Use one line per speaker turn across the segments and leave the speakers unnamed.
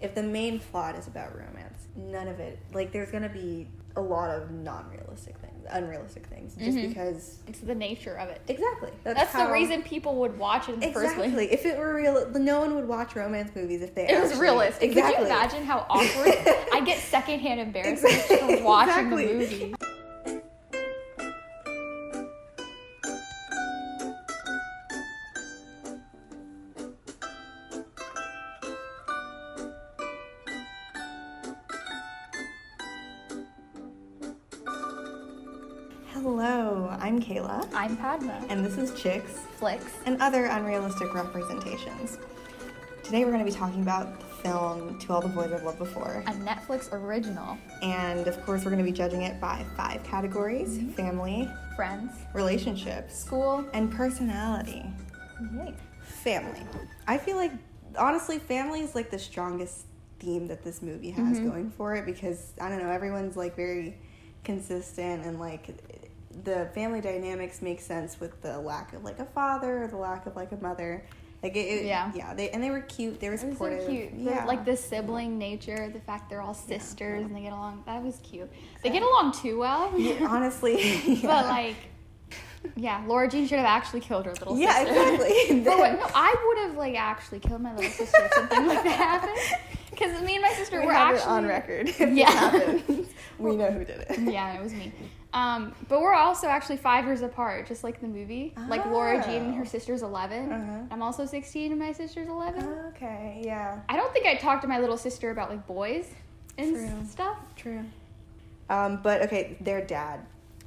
if the main plot is about romance, none of it like there's gonna be a lot of non-realistic things, unrealistic things, just
Mhm.
because
It's the nature of it.
exactly
That's
how-
the reason people would watch it in the first place.
Exactly. If it were real, no one would watch romance movies if they.
It was
actually-
realistic.
Exactly.
Could you imagine how awkward? I get secondhand embarrassment
Exactly.
from watching the
Exactly.
movie.
Hello, I'm Kayla,
I'm Padma.
and this is Chicks
Flicks.
and other unrealistic representations. Today we're going to be talking about the film To All the Boys I've Loved Before,
A Netflix original.
and of course we're going to be judging it by five categories:
Mm-hmm.
family,
Friends.
relationships,
School.
and personality.
Yay.
Family. I feel like honestly, family is like the strongest theme that this movie has
Mm-hmm.
going for it because I don't know, everyone's like very consistent and like the family dynamics make sense with the lack of like a father or the lack of like a mother. Like it, it-
Yeah.
yeah, they and they were cute. They were
It was
supportive.
so cute. The-
Yeah,
Like the sibling nature, the fact they're all sisters and they get along. That was cute. They get along too well.
Yeah, honestly, yeah.
But like, yeah, Laura Jean should have actually killed her little
yeah,
sister.
exactly.
But what- no, I would have like actually killed my little sister if something like that happened. Because me and my sister
we
were
have
actually
it on record. If it
Yeah.
happens, we know who did it.
yeah, it was me. Um, but we're also actually five years apart, just like the movie. Like Laura Jean and her
Oh.
sister's 11
Uh-huh. Ah.
I'm also sixteen, and my sister's eleven.
Okay, yeah.
I don't think I talked to my little sister about like boys and s-
True.
stuff.
True. Um, but okay, their dad.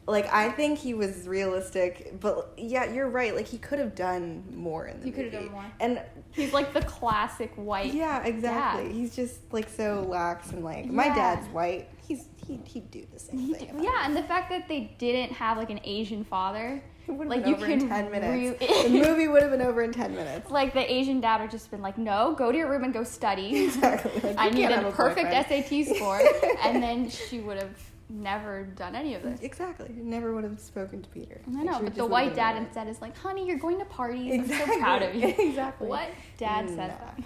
Like I think he was realistic, but yeah, you're right. Like he could have done more in the
He
movie.
could have done more.
And
He's like the classic white.
yeah, exactly.
dad.
He's just like so lax and like my
Yeah.
dad's white. He's he he'd do the same
He
thing.
d-
if I
Yeah, and the fact that they didn't have like an Asian father,
It would have
like
been
you
over in
can
ten minutes.
re-
the movie would have been over in ten minutes.
like the Asian dad would just been like, no, go to your room and go study.
Exactly. Like,
I
you
need
can't have
a perfect
boyfriend.
SAT score, and then she would have never done any of this.
Exactly. You Never would have spoken to Peter.
I
Like,
know,
she would
but the
just
white
live
dad
in it.
instead is like, honey, you're going to parties. I'm so proud of you.
Exactly. Mm.
What dad says
No,
that?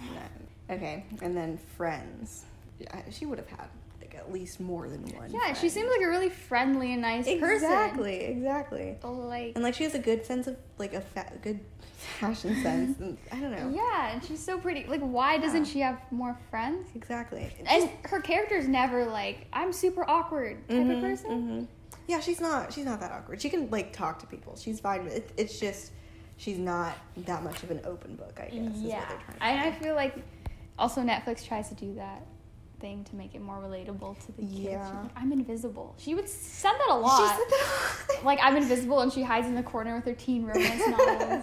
no. Okay, and then friends. Yeah, she would have had like at least more than one.
Yeah, she
friend.
seems like a really friendly and nice person.
exactly, exactly.
Like,
And like she has a good sense of like a fa- good fashion sense. and I don't know.
yeah, and she's so pretty. Like, why doesn't
Yeah.
she have more friends?
Exactly.
And her character's never like, I'm super awkward type of
Mhm,
person.
mhm. Yeah, she's not. She's not that awkward. She can like talk to people. She's fine. With it. It's just she's not that much of an open book. I guess. is what
yeah.
they're trying to
And I
say.
feel like also Netflix tries to do that thing to make it more relatable to the kids. She's
Yeah.
like, I'm invisible. She would said that a lot.
She said that.
like I'm invisible and she hides in the corner with her teen romance novels,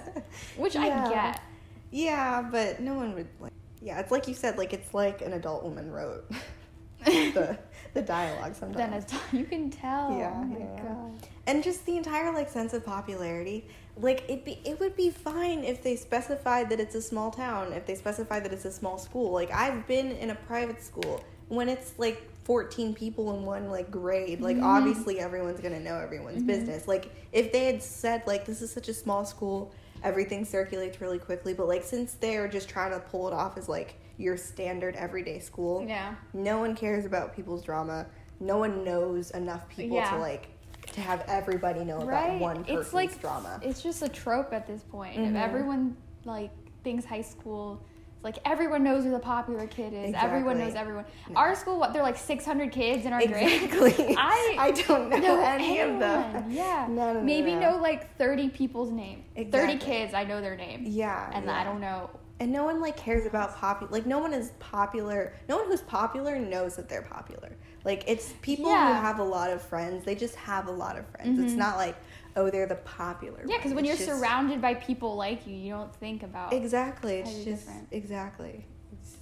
which
Yeah.
I get.
Yeah, but no one would like. Yeah, it's like you said. Like it's like an adult woman wrote the the dialogue sometimes.
Then it's you can tell.
Yeah,
oh my
yeah.
god.
and just the entire like sense of popularity like it be it would be fine if they specified that it's a small town if they specified that it's a small school like i've been in a private school when it's like 14 people in one like grade like obviously everyone's gonna know everyone's business like if they had said like this is such a small school everything circulates really quickly but like since they're just trying to pull it off as like your standard everyday school
Yeah.
no one cares about people's drama. No one knows enough people
Yeah.
to like to have everybody know
Right.
about one person's
it's like
drama.
It's just a trope at this point. If
Mhm.
everyone like thinks high school it's like everyone knows who the popular kid is. Everyone
Exactly.
knows everyone.
No.
Our school, what they're like six hundred kids in our grade.
Exactly.
I
don't know
No,
any of them.
anyone. Yeah.
No, no, no,
Maybe
no.
know like thirty people's name.
Exactly.
Thirty kids, I know their name.
Yeah.
And
yeah.
I don't know.
And no one like cares about popular. Like no one is popular. No one who's popular knows that they're popular. Like it's people who
Yeah. Mm-hmm.
have a lot of friends. They just have a lot of friends. It's not like oh they're the popular.
Yeah, because
one.
when you're
It's just-
surrounded by people like you, you don't think about.
Exactly. It's
totally
just
different.
exactly.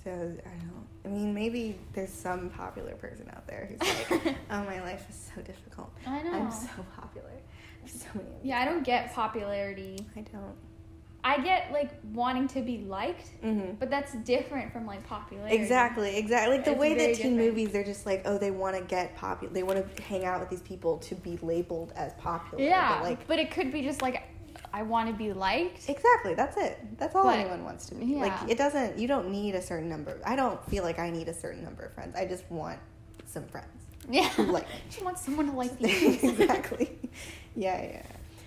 So I don't. I mean, maybe there's some popular person out there who's like, "Oh, my life is so difficult.
I know.
I'm so popular. I'm so many." of
yeah, I don't get popularity.
these- I don't.
I get like wanting to be liked,
Mhm.
but that's different from like popularity.
Exactly. Exactly. Like the
It's
way
very
that teen
different.
movies, they're just like, "Oh, they want to get popular. They want to hang out with these people to be labeled as popular."
Yeah,
But like,
but it could be just like I want to be liked.
Exactly. That's it. That's all
But-
anyone wants to be.
yeah.
Like it doesn't. You don't need a certain number. I don't feel like I need a certain number of friends. I just want some friends.
Yeah.
Like-
she wants someone to like you.
exactly. Yeah, yeah. yeah.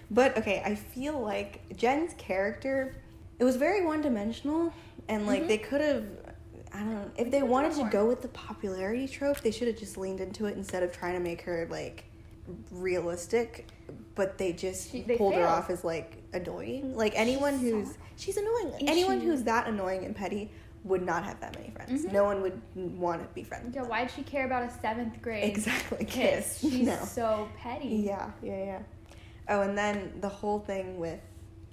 But okay, I feel like Jen's character it was very one-dimensional and like
Mhm.
they could have I don't know. If
They
they
could've
wanted
done
to
more.
go with the popularity trope, they should have just leaned into it instead of trying to make her like realistic, but they just
She- they
pulled her
failed. Mm-hmm.
off as like annoying. Like anyone
She's so-
who's she's annoying. Anyone
she-
who's that annoying and petty would not have that many friends.
Mhm.
No one would want to be friends.
yeah, why'd she care about a seventh grade
Exactly. Kiss.
kiss? She's
No.
so petty.
Yeah, yeah, yeah. Oh, and then the whole thing with,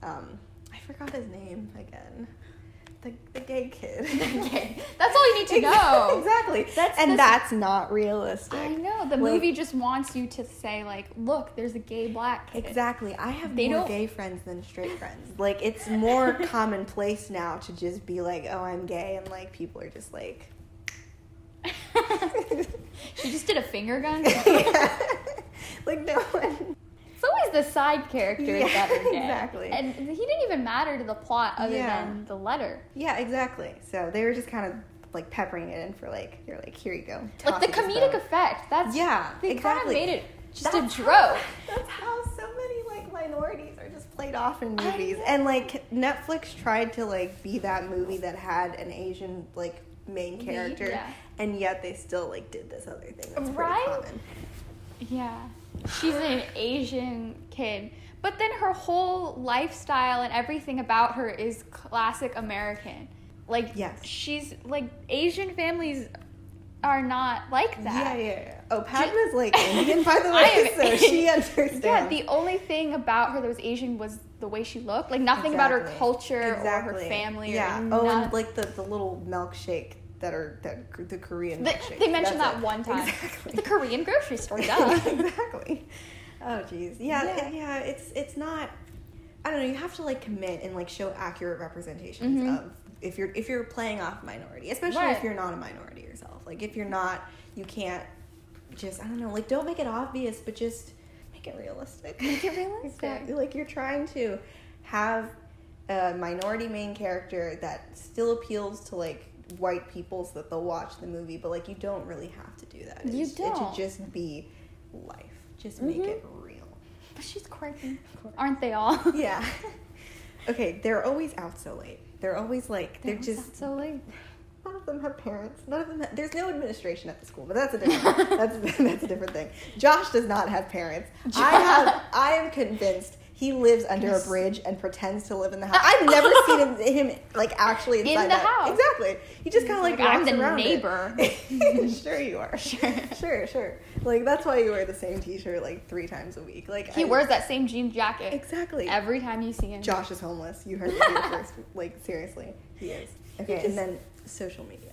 um, I forgot his name again. The, the gay kid.
Okay. That's all you need to
Exactly,
know.
Exactly.
That's
and
the-
that's not realistic.
I know. The
Like-
movie just wants you to say, like, look, there's a gay black kid.
Exactly. I have
They
more
don't-
gay friends than straight friends. Like it's more commonplace now to just be like, "Oh, I'm gay," and like people are just like,
she just did a finger gun.
like no one.
It's always the side characters
Yeah,
that are gay.
exactly.
And he didn't even matter to the plot other
Yeah.
than the letter.
Yeah, exactly. So they were just kind of like peppering it in for like they're like, "Here you go."
Like the
Toss it as
comedic
though-
effect. That's
Yeah,
they
exactly.
kind of made it just
That's
a
how-
joke.
That's how so many like minorities are just played off in
I
movies.
know.
And like Netflix tried to like be that movie that had an Asian like main
Lead,
character,
yeah.
and yet they still like did this other thing that's pretty
Right?
common.
Yeah. She's an Asian kid. But then her whole lifestyle and everything about her is classic American. Like
Yes.
she's like Asian families are not like
Yeah,
that.
yeah, yeah. Oh, Padma's like Indian, by the way,
I
so
am-
she understands.
Yeah, the only thing about her that was Asian was the way she looked. Like nothing about her
Exactly.
culture or her
Exactly.
family. or
Yeah. oh,
none-
and like the, the little milkshake that are that the Korean.
They-
milkshake.
they mentioned
That's
that
it.
one time.
Exactly.
It's a Korean grocery store, duh.
exactly. Oh jeez. Yeah,
Yeah.
yeah, yeah, it's it's not I don't know, you have to like commit and like show accurate representations
Mhm.
of if you're if you're playing off minority, especially
Right.
if you're not a minority yourself. Like if you're not, you can't just I don't know, like don't make it obvious, but just make it realistic. Make it realistic. exactly. Like you're trying to have a minority main character that still appeals to like white people so that they'll watch the movie, but like you don't really have to do that.
You
It's- It
don't.
should just be life. Just make
Mhm.
it real.
but she's quirky. Aren't they all?
Yeah. okay, they're always out so late. They're always like they're,
That was
just
so late.
none of them have parents. None of them. Have, there's no administration at the school, but that's a different. that's that's a different thing. Josh does not have parents. I have. I am convinced. He lives under
Yes.
a bridge and pretends to live in the house. I've never seen him, him like actually
In
inside
the
that.
house.
Exactly. He just kind of like,
Like, I'm
walks
the
around it.
neighbor.
sure you are.
Sure.
sure, sure. Like that's why you wear the same T-shirt like three times a week. Like
He
I-
wears that same jean jacket
exactly.
every time you see him.
Josh is homeless. You heard it here first. Like seriously, he is. Okay,
just-
and then social media.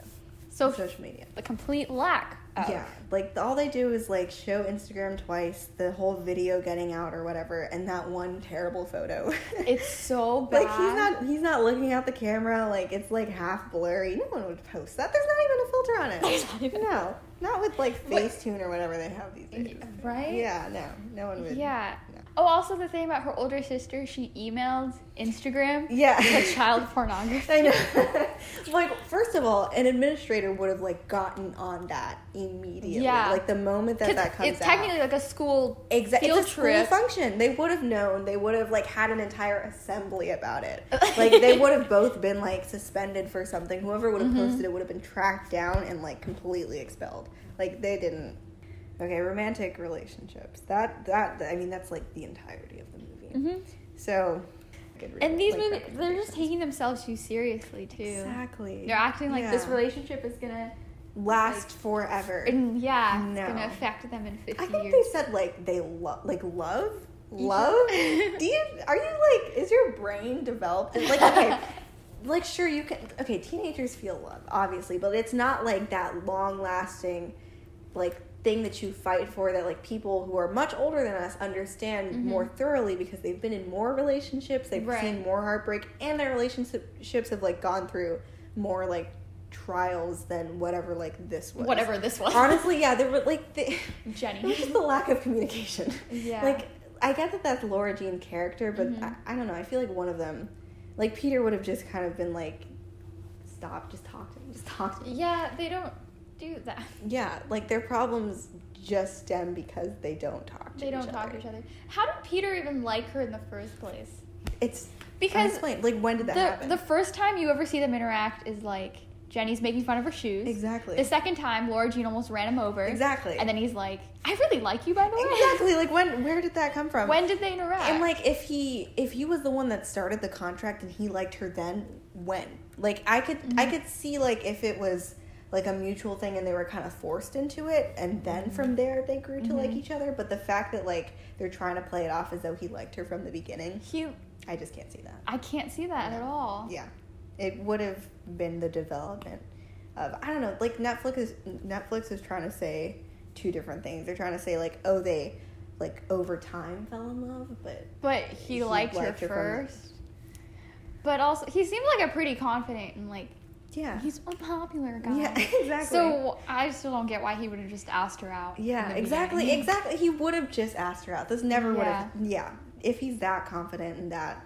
So
Social media.
the complete lack. Of.
Yeah, like all they do is like show Instagram twice, the whole video getting out or whatever, and that one terrible photo.
It's so bad.
like he's not he's not looking at the camera. Like it's like half blurry. No one would post that. There's not even a filter on it.
There's not even-
no, not with like
What-
Facetune or whatever they have these days.
Yeah, right?
Yeah, no, no one would.
Yeah.
No.
Oh, also the thing about her older sister, she emailed Instagram
Yeah.
the child pornography.
I know. like, first of all, an administrator would have like gotten on that immediately.
Yeah.
Like the moment that
'Cause
that comes
it's
out.
technically like a school
Exactly.
field
It's a school
trip.
function. They would have known. They would have like had an entire assembly about it. Like they would have both been like suspended for something. Whoever would have
Mm-hmm.
posted it would have been tracked down and like completely expelled. Like they didn't. Okay, romantic relationships. That that I mean that's like the entirety of the movie.
Mhm.
So. good
And these
like,
movies, they're just
recommendations.
taking themselves too seriously too.
Exactly.
They're acting like this
Yeah.
relationship is gonna,
last forever.
and yeah,
No.
it's gonna affect them in fifty
I think
years.
they said like they love, like love, love.
Yeah.
Do you are you like is your brain developed? It's Like okay, like sure you can. Okay, teenagers feel love obviously, but it's not like that long lasting, like thing that you fight for that like people who are much older than us understand more thoroughly because they've been in more relationships, they've
Mm-hmm. Right.
seen more heartbreak, and their relationships have like gone through more like trials than whatever like this was.
Whatever this was,
Honestly, yeah, they were like they, it was
Jenny.
just the lack of communication.
Yeah. Mm-hmm.
Like I get that that's Laura Jean's character, but I, I don't know. I feel like one of them, like Peter, would have just kind of been like, "Stop, just talk to me, just talk to me."
Yeah, they don't do that.
Yeah, like their problems just stem because they don't talk to
They
each
don't talk
other.
to each other. How did Peter even like her in the first place?
It's
Because
unexplained. like when did that
the,
happen?
the first time you ever see them interact is like Jenny's making fun of her shoes.
exactly.
The second time, Laura Jean almost ran him over.
Exactly.
And then he's like, I really like you, by the way.
exactly. Like when? Where did that come from?
when did they interact?
Um, And like if he if he was the one that started the contract and he liked her then when? Like I could I could see like if it was like a mutual thing and they were kind of forced into it and then from there they grew to like each other, but the fact that like they're trying to play it off as though he liked her from the beginning,
he,
I just can't see that.
I can't see that at all.
Yeah. It would have been the development of I don't know, like Netflix is Netflix is trying to say two different things. They're trying to say like oh they like over time fell in love, but
But he,
He
liked,
liked
her,
her from-
first. But also, he seemed like a pretty confident and like
yeah.
he's a popular guy.
Yeah, exactly.
So I still don't get why he would have just asked her out.
yeah,
in the
exactly,
beginning.
exactly. He would have just asked her out. This never would have. Yeah, if he's that confident in that,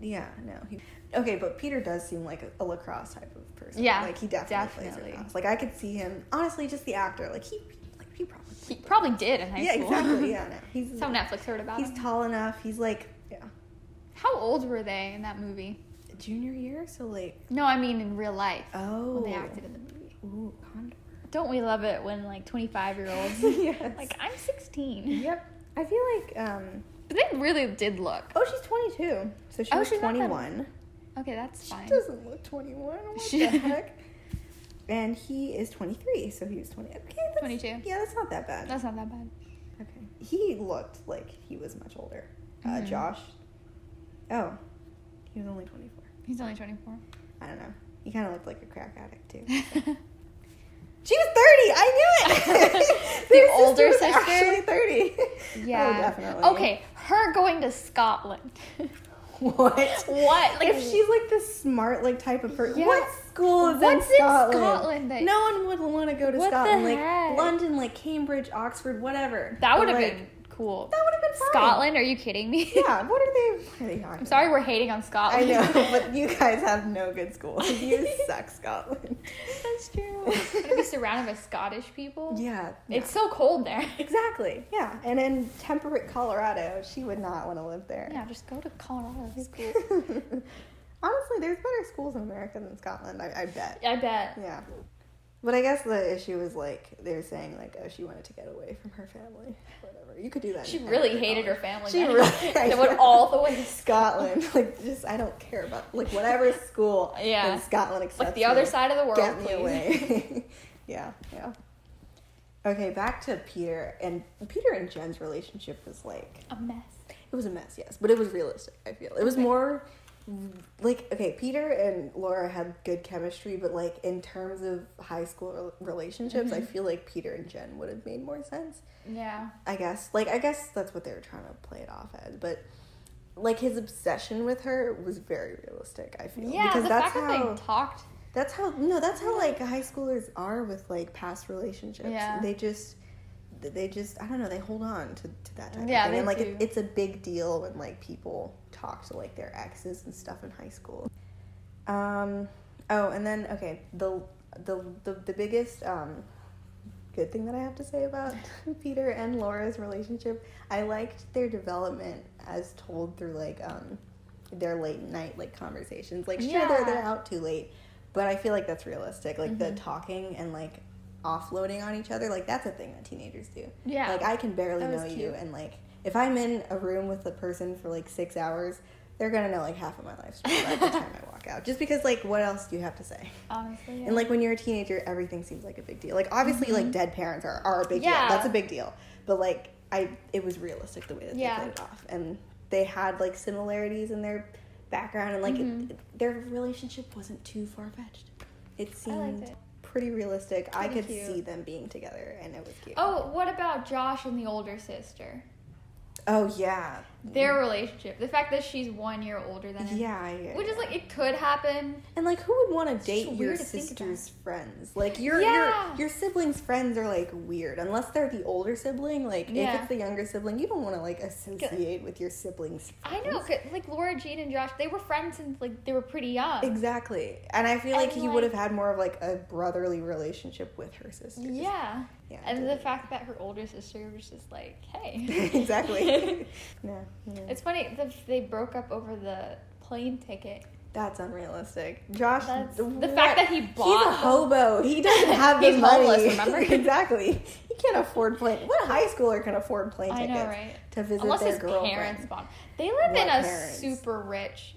yeah, no. He, okay, but Peter does seem like a, a lacrosse type of person.
Yeah,
like he definitely,
definitely.
plays lacrosse. Like I could see him. Honestly, just the actor. Like he, like he probably.
He probably did in high
yeah,
school.
exactly. Yeah, no, he's
That's how Netflix heard about
he's
him.
tall enough. He's like yeah,
How old were they in that movie?
junior year. So like
No, I mean in real life.
oh,
When they acted in the movie.
ooh, condor.
Don't we love it when like 25 year olds
yes.
like I'm 16.
yep. I feel like um.
But they really did look.
Oh, she's 22. So she
Oh,
was
she's not that-
21.
Okay, that's fine.
She doesn't look 21. What
She-
the heck? And he is 23, so he was 20. Okay, that's,
22.
Yeah, that's not that bad.
That's not that bad.
okay. He looked like he was much older. Uh,
Mhm.
Josh. Oh, he was only 24.
He's only 24.
I don't know. He kind of looked like a crack addict too. She was 30. I knew it.
The
Their
older
was
sister?
actually 30.
yeah.
Oh, definitely.
Okay, her going to Scotland.
What?
What? Like-
if she's like the smart like type of person?
Yeah.
What school is
What's
in Scotland?
in Scotland? That,
No one would want to go to
What the
Scotland, like
heck?
London, like Cambridge, Oxford, whatever.
that would
But,
have
like,
been cool.
that would have been fine.
Scotland? Are you kidding me?
Yeah. What are they? What are they on?
I'm sorry, we're hating on
I
Scotland.
know, but you guys have no good schools. You suck, Scotland.
That's true. I'm gonna be surrounded by Scottish people.
Yeah.
It's so cold there.
exactly. Yeah. And in temperate Colorado, she would not want to live there.
Yeah, just go to Colorado. It's cool.
Honestly, there's better schools in America than Scotland. I, I bet.
I bet.
Yeah. But I guess the issue is like they're saying like, oh, she wanted to get away from her family. Whatever. You could do that.
She
in
really
America,
hated
Colin.
her family.
She
then.
really- I
they went
know.
all the way to Scotland.
Scotland. Like just I don't care about like whatever school
Yeah.
in Scotland accepts.
Like the other
me,
side of the world.
Get me
please.
away. yeah, yeah. Okay, back to Peter and Peter and Jen's relationship was like
A mess.
it was a mess, yes, but it was realistic. I feel it was more like okay, Peter and Laura had good chemistry, but like in terms of high school rel- relationships,
Mm-hmm.
I feel like Peter and Jen would have made more sense.
Yeah.
I guess. Like I guess that's what they were trying to play it off as, but like his obsession with her was very realistic, I feel.
Yeah,
because
the
that's
fact
how
that they talked.
that's how no, that's how like high schoolers are with like past relationships.
Yeah.
They just they just I don't know, they hold on to, to that type
Yeah,
of thing.
they
And like
do.
It, it's a big deal when like people talk to like their exes and stuff in high school. Um oh and then okay, the the the, the biggest um good thing that I have to say about Peter and Laura's relationship. I liked their development as told through like um their late night like conversations. Like sure they're they're
Yeah.
out too late, but I feel like that's realistic. Like
Mm-hmm.
the talking and like offloading on each other, like that's a thing that teenagers do.
Yeah.
Like I can barely
That was
know you
cute.
and like if I'm in a room with a person for like six hours, they're gonna know like half of my life story by the time I walk out. Just because like what else do you have to say?
Honestly. Yeah. Mm-hmm.
And like when you're a teenager, everything seems like a big deal. Like obviously, like dead parents are, are a big
Yeah.
deal. That's a big deal. But like I, it was realistic the way that
Yeah.
they played it off, and they had like similarities in their background, and like it-
Mm-hmm.
their relationship wasn't too far fetched. It seemed
it.
pretty realistic. I
Pretty
could
cute.
see them being together, and it was cute.
oh, what about Josh and the older sister?
Oh, yeah,
their relationship. The fact that she's one year older than him.
Yeah, yeah.
Which is like it could happen.
and like who would want to date
just
your
weird to think about.
sister's friends? Like your
Yeah.
your your siblings' friends are like weird unless they're the older sibling. Like
Yeah.
if it's the younger sibling, you don't want to like associate with your siblings.
I know, 'cause, like Laura Jean and Josh, they were friends since like they were pretty young.
Exactly, and I feel like
And,
he
like-
would have had more of like a brotherly relationship with her sisters.
Yeah.
yeah,
And the
totally.
fact that her older sister was just like, hey.
exactly. yeah, yeah.
it's funny that they broke up over the plane ticket.
that's unrealistic. Josh,
That's, the
what-
fact that he bought
He's a
the-
hobo. He doesn't have the
He's
money.
homeless, remember?
exactly. He can't afford plane. What high schooler can afford plane
I
tickets
know, right?
to visit
Unless
their
his
girlfriend?
parents bought. They live in
What
a
parents?
super rich.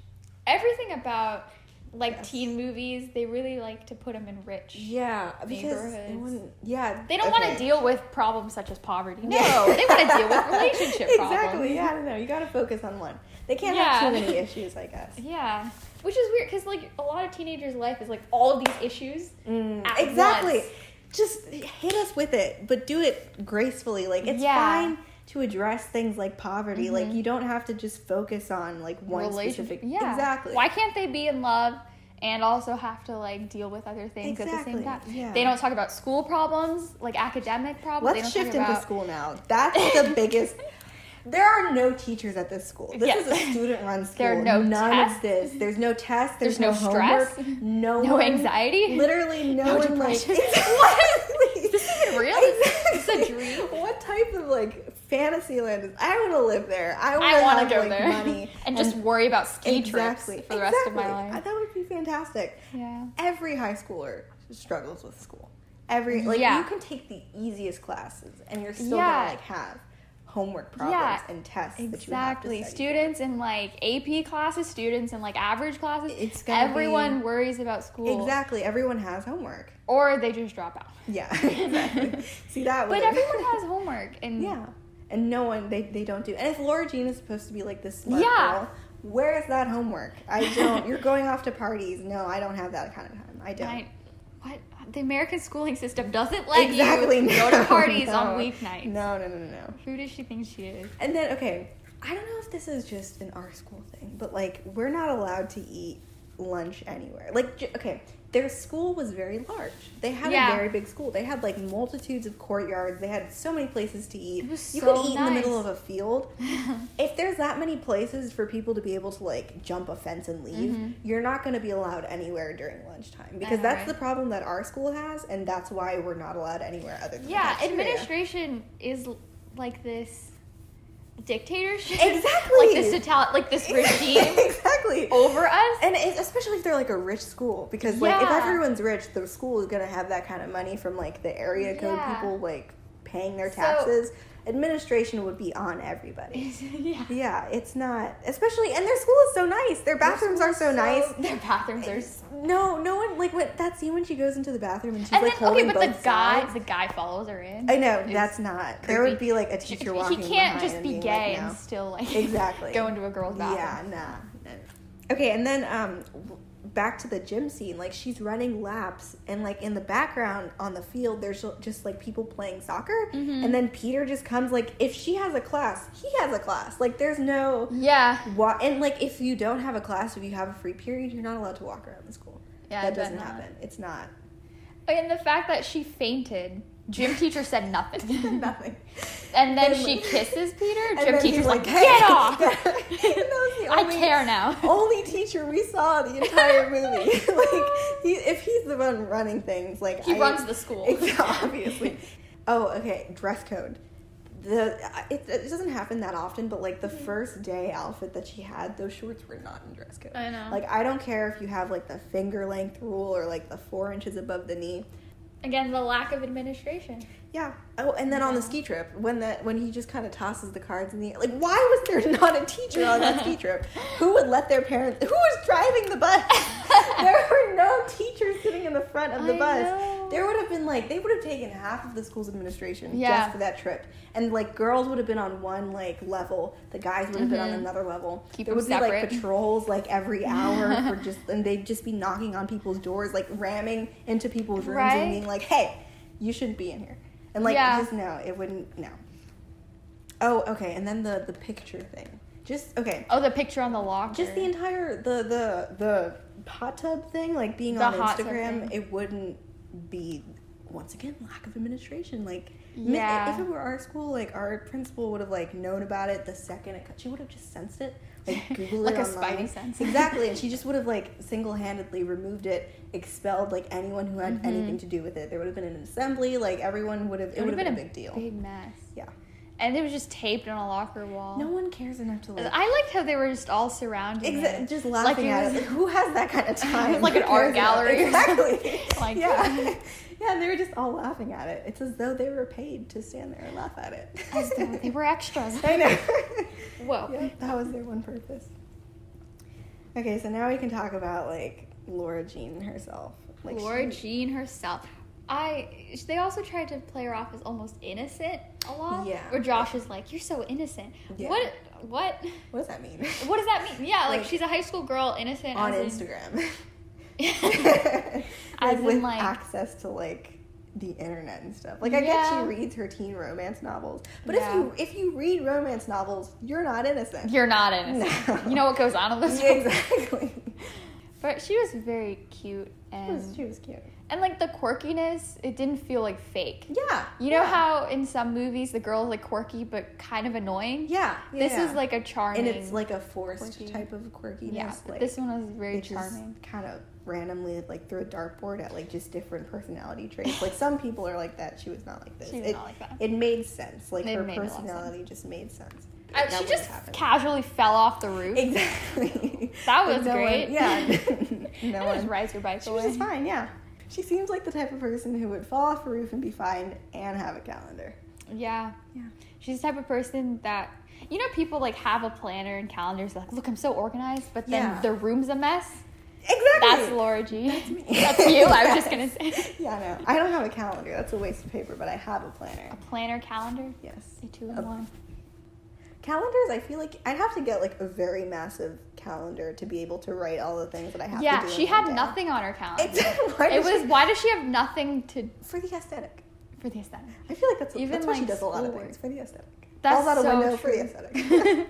Everything about like
Yes.
teen movies, they really like to put them in rich.
Yeah, because they
Neighborhoods.
wouldn't- yeah,
They don't want
okay.
to deal with problems such as poverty. No,
Yeah.
they want to deal with relationship problems.
Exactly. Yeah, I don't know. You got to focus on one. They can't have
Yeah.
too many issues, I guess.
Yeah. Which is weird because like a lot of teenagers' life is like all of these issues.
Mm,
At
exactly.
once.
Just hit us with it, but do it gracefully. Like it's
Yeah. Mm-hmm.
fine to address things like poverty. Like you don't have to just focus on like one specific.
Yeah.
Exactly.
Why can't they be in love and also have to like deal with other things at the
Exactly,
same time?
yeah.
They don't talk about school problems, like academic problems.
Let's
they don't
shift
talk
into
about
school now. That's the biggest. There are no teachers at this school. This
Yes.
is a student-run school.
There are no
None
tests.
of this. There's no tests. There's,
There's no
homework.
stress.
No.
No
one-
anxiety?
Literally no,
No
one. Like,
depression?
exactly. Is
this even real? Is this a dream?
What type of like fantasy land is? I want to live there. I want
I want
have,
to go
like,
there
Money
and just worry about ski
exactly
trips for the rest of my
Exactly.
life.
That would be fantastic
Yeah.
every high schooler struggles with school. Every like
Mm, Yeah.
you can take the easiest classes and you're still
Yeah.
gonna like have homework problems
Yeah,
and tests
Exactly.
that you have to study.
Students in like AP classes, students in like average classes,
It's gonna
everyone worries about school.
Exactly. Everyone has homework.
Or they just drop out.
Yeah. Exactly. See that
But
would've-
everyone has homework and
Yeah. And no one they, they don't do and if Laura Jean is supposed to be like this smart
Yeah.
girl, where is that homework? I don't you're going off to parties. No, I don't have that kind of time. I don't.
I, what the American schooling system doesn't let
exactly.
you go
no,
to parties on
no.
weeknights.
No, no, no, no, no.
Who does she think she is?
And then, okay, I don't know if this is just an our school thing, but like we're not allowed to eat lunch anywhere. Like, j- okay, their school was very large. They had
Yeah.
a very big school. They had like multitudes of courtyards. They had so many places to eat.
It was
you
so
could eat in the middle
nice.
of a field. if there's that many places for people to be able to like jump a fence and leave, you're not going to be allowed anywhere during lunchtime because
know,
that's
Mm-hmm. right?
the problem that our school has, and that's why we're not allowed anywhere other than
Yeah,
the cafeteria.
administration is l- like this dictatorship.
Exactly.
like this total, like this regime
exactly.
over us.
And it, especially if they're like a rich school, because like if
Yeah.
everyone's rich, the school is gonna have that kind of money from like the area code
Yeah.
people like paying their
So-
taxes. Administration would be on everybody.
yeah.
yeah, it's not especially, and their school is so nice. Their bathrooms are so, nice.
Their bathrooms are. s-
No, no one like what that scene when she goes into the bathroom and she's
And
like
then okay,
holding
but
both
the guy,
sides.
the guy follows her in.
I know
It's-
that's not. There
creepy.
would be like a
She-
teacher walking.
he can't
behind
just
and
be
being
gay
like,
and
"No."
still like
Exactly.
go into a girl's bathroom.
Yeah, nah. nah. Okay, and then um, w- back to the gym scene. Like she's running laps, and like in the background on the field, there's ju- just like people playing soccer,
Mm-hmm.
and then Peter just comes. Like if she has a class, he has a class. Like there's no.
Yeah.
Wa- and like if you don't have a class, if you have a free period, you're not allowed to walk around the school.
Yeah, I
that
bet
doesn't
not.
happen. It's not
And the fact that she fainted, gym teacher said nothing.
nothing.
and then
And-
she kisses Peter.
And
Gym
then he's
teacher's like,
"Hey."
get off!
And that was the
I
only-
care now.
only teacher we saw the entire movie. like, he, if he's the one running things, like
He
I-
runs the school.
Ex- obviously. Oh, okay. Dress code. The it, it doesn't happen that often, but like the first day outfit that she had, those shorts were not in dress code.
I know.
Like I don't care if you have like the finger length rule or like the four inches above the knee.
Again, the lack of administration.
Yeah. Oh, and then on the ski trip, when that when he just kind of tosses the cards in the air, like why was there not a teacher on that ski trip? Who would let their parents? Who was driving the bus? there were no teachers sitting in the front of the
I
bus.
know.
There would have been like they would have taken half of the school's administration
Yeah.
just for that trip, and like girls would have been on one like level, the guys would have been on another level.
Mm-hmm. Keep
there
them
would be like
separate.
patrols like every hour for just, and they'd just be knocking on people's doors, like ramming into people's rooms
Right.
and being like, "Hey, you shouldn't be in here." And like
Yeah.
just no, it wouldn't no. Oh, okay, and then the the picture thing. Just okay.
Oh, the picture on the locker.
Just the entire the the the hot tub thing, like being
The
on
hot tub
Instagram,
thing.
it wouldn't be once again lack of administration. Like mi-
Yeah.
if it were our school, like our principal would have like known about it the second it cut. She would have just sensed it, like Google
Like
it
a
online.
spidey sense.
exactly, and she just would have like single handedly removed it, expelled like anyone who
Mm-hmm.
had anything to do with it. There would have been an assembly, like everyone would have. It, would have been, a big deal.
Big mess.
yeah,
And it was just taped on a locker wall.
no one cares enough to like.
I liked how they were just all surrounding
Exa-
it.
just laughing
it
at
was-
it. Who has that kind of time?
It's like an
Who
art
cares about-
gallery or
Exactly.
something. Like-
yeah. Yeah, and they were just all laughing at it. It's as though they were paid to stand there and laugh at it.
As though they were extras.
I know.
Whoa.
Yeah, that was their one purpose. Okay, so now we can talk about like Laura Jean herself. Like she-
Laura Jean herself. I. They also tried to play her off as almost innocent a lot.
Yeah.
Or Josh is like, "You're so innocent."
Yeah.
What? What?
What does that mean?
What does that mean? Yeah, like,
Like,
she's a high school girl, innocent
on
as in-
Instagram?
As in,
with
like-
access to like the internet and stuff. Like I guess
Yeah.
she reads her teen romance novels, but
Yeah.
if you if you read romance novels, you're not innocent.
You're not innocent.
No.
You know what goes on in this
Yeah,
world.
exactly.
But she was very cute
She was,
and
she was cute.
and like the quirkiness, it didn't feel like fake.
Yeah.
You know
yeah.
how in some movies the girl's like quirky but kind of annoying.
Yeah. yeah,
This
yeah.
is like a
and
charming.
it's like a forced
quirky.
type of quirkiness.
yeah. but
like,
this one was very
they just
charming.
Kind of randomly like threw a dartboard at like just different personality traits. like some people are like that. She was not like this.
She was
it,
not like that.
It made sense. Like
It
her
made a lot of sense.
personality just made sense.
I-
That
Uh, she
wouldn't
just
happen.
casually fell off the roof.
Exactly.
That
Like,
was
no one-
great.
yeah. no
and
one.
just rides her bike
She was
away.
just fine. Yeah. She seems like the type of person who would fall off a roof and be fine and have a calendar.
Yeah.
Yeah.
She's the type of person that you know people like have a planner and calendars like look I'm so organized but then
Yeah.
their room's a mess.
Exactly.
That's Laura G. That's
me.
you. I was just gonna say
Yeah, no. I don't have a calendar. That's a waste of paper, but I have a planner.
planner calendar.
Yes.
Say two
A-
in one.
Calendars, I feel like I'd have to get like a very massive calendar to be able to write all the things that I have to
Yeah,
do. in
she
one
had
day.
nothing on her calendar.
It's, why
it
does
was
she-
why does she have nothing to
for the aesthetic.
for the aesthetic?
I feel like that's,
Even,
that's why she
like,
does a lot of
schoolwork.
things for the aesthetic.
That's
Falls out a
so
window for the
true.
aesthetic.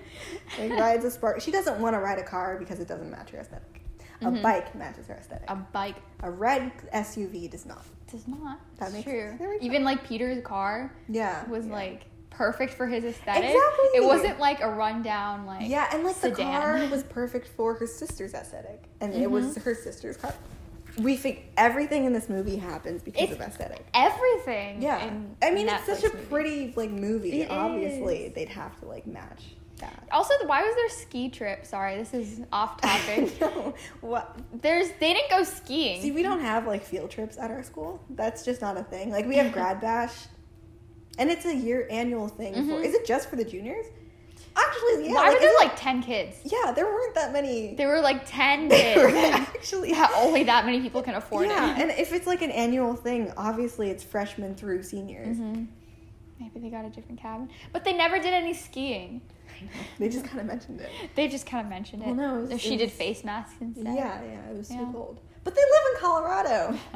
like rides a spark. She doesn't want to ride a car because it doesn't match her aesthetic. A bike matches her aesthetic.
Mm-hmm. A bike
a red SUV does not.
does not.
That
That's
makes
true.
sense. There we go.
Even like Peter's car
Yeah.
was
yeah.
like perfect for his aesthetic.
Exactly.
It wasn't like a rundown like
Yeah, and like the
sedan. Mm-hmm.
car was perfect for her sister's aesthetic, and it was her sister's car. We think everything in this movie happens because
It's-
of aesthetic.
everything.
Yeah,
in
I mean
Netflix
it's such a
movies.
pretty like movie.
It
Obviously,
is.
they'd have to like match that.
Also, why was there ski trip? Sorry, this is off topic.
no, what?
There's they didn't go skiing.
See, we don't have like field trips at our school. That's just not a thing. Like we have grad bash, and it's a year annual thing. For
Mhm.
is it just for the juniors? Actually, yeah.
why were
like,
there
is it-
like ten kids?
yeah, there weren't that many.
There were like ten
There were
kids.
actually
yeah, only that many people can afford
yeah,
it.
and if it's like an annual thing, obviously it's freshmen through seniors.
Mhm. Maybe they got a different cabin, but they never did any skiing.
They just kind of mentioned it.
They just kind of mentioned it.
Well, no, it was-
Or she
it
did
was-
face masks instead.
Yeah, yeah, it was
Yeah.
too cold. But they live in Colorado.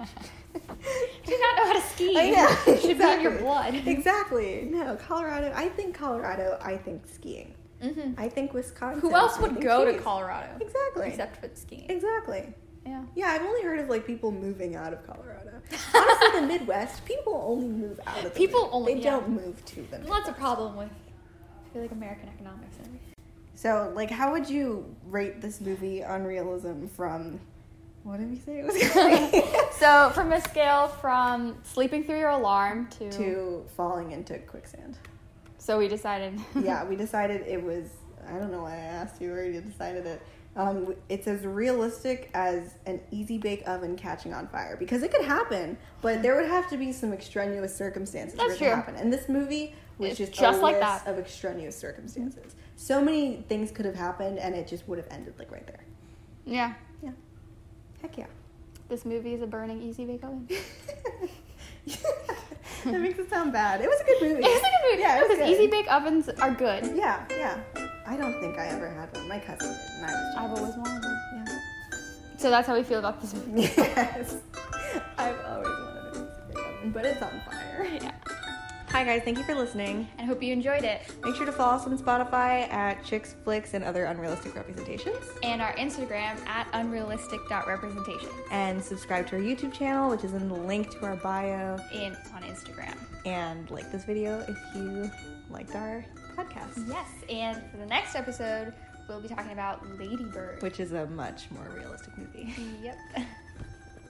Do not know how to ski.
Oh, yeah,
It should be in your
exactly.
blood.
exactly. No, Colorado. I think Colorado. I think skiing.
hmm
I think Wisconsin.
Who else
I
would
think
go to
cheese.
Colorado
Exactly.
except for the skiing?
Exactly.
Yeah.
Yeah, I've only heard of like people moving out of Colorado. Honestly, the Midwest people only move out of. The
People
Midwest.
only-
They
yeah.
don't move to them.
Well, that's a problem with I feel like American economics and everything.
So, like, how would you rate this movie on realism from? What did we say it was going
So from a scale from sleeping through your alarm to,
to falling into quicksand?
so we decided
Yeah, we decided it was. I don't know why I asked you. We already decided it. Um, it's as realistic as an easy bake oven catching on fire because it could happen, but there would have to be some extraneous circumstances for
That's
it to
true.
happen. And this movie was
It's
just
just
a
like
list
that.
of extraneous circumstances. So many things could have happened, and it just would have ended like right there.
yeah.
Yeah. Heck yeah.
This movie is a burning easy bake oven.
that makes it sound bad. It was a good movie.
It was like a movie.
Yeah, it was
because
good.
easy bake ovens are good.
Yeah, yeah. I don't think I ever had one. My cousin did, and I was.
I've always wanted one.
jealous.
So that's how we feel about this movie.
Yeah. yes. I've always wanted it, but it's on fire.
Yeah. Hi
right, guys, thank you for listening.
and hope you enjoyed it.
Make sure to follow us on Spotify at Chicks, Flicks, and Other Unrealistic Representations.
And our Instagram at unrealistic.representation
And subscribe to our YouTube channel, which is in the link to our bio.
in on Instagram.
And like this video if you liked our podcast,
Yes, and for the next episode, we'll be talking about Ladybird.
which is a much more realistic movie.
Yep.